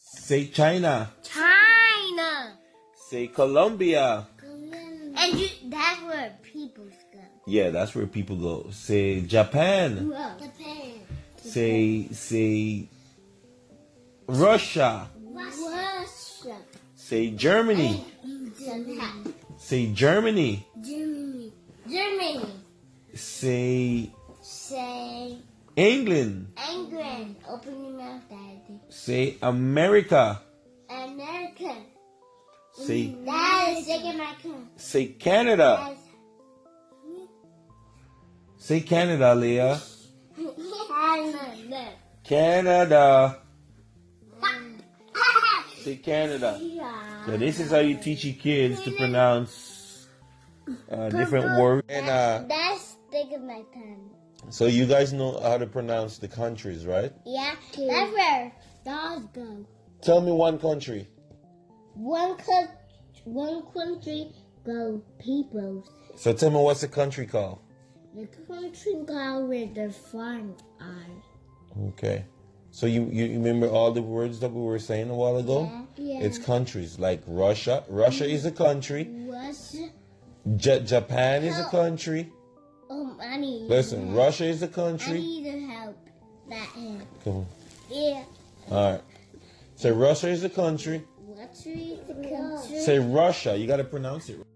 Say China. China. Say Colombia. And you, that's where people go. Yeah, that's where people go. Say Japan. Japan. Say say Russia. Russia. Say Germany. Say Germany. Germany. Germany. Say Say England. England. Open your mouth, Daddy. Say America. America. Say That is taking my car. say Canada. Say Canada, Leah. Canada. Canada. Say Canada. Yeah. So this is how you teach your kids to pronounce uh, different words. And uh, That's taking my time. so you guys know how to pronounce the countries, right? Yeah. That's where dogs go. Tell me one country. One country, one country go people. So tell me what's the country called? The country go where the farm are. Okay. So you, you remember all the words that we were saying a while ago? Yeah. It's countries like Russia. Russia is a country. Russia. Ja Japan is a country. Um, I need. Listen, Russia is a I country. need your help. That is. Come on. Yeah. All right. Say Russia is a country. What's the country? Say Russia. You got to pronounce it.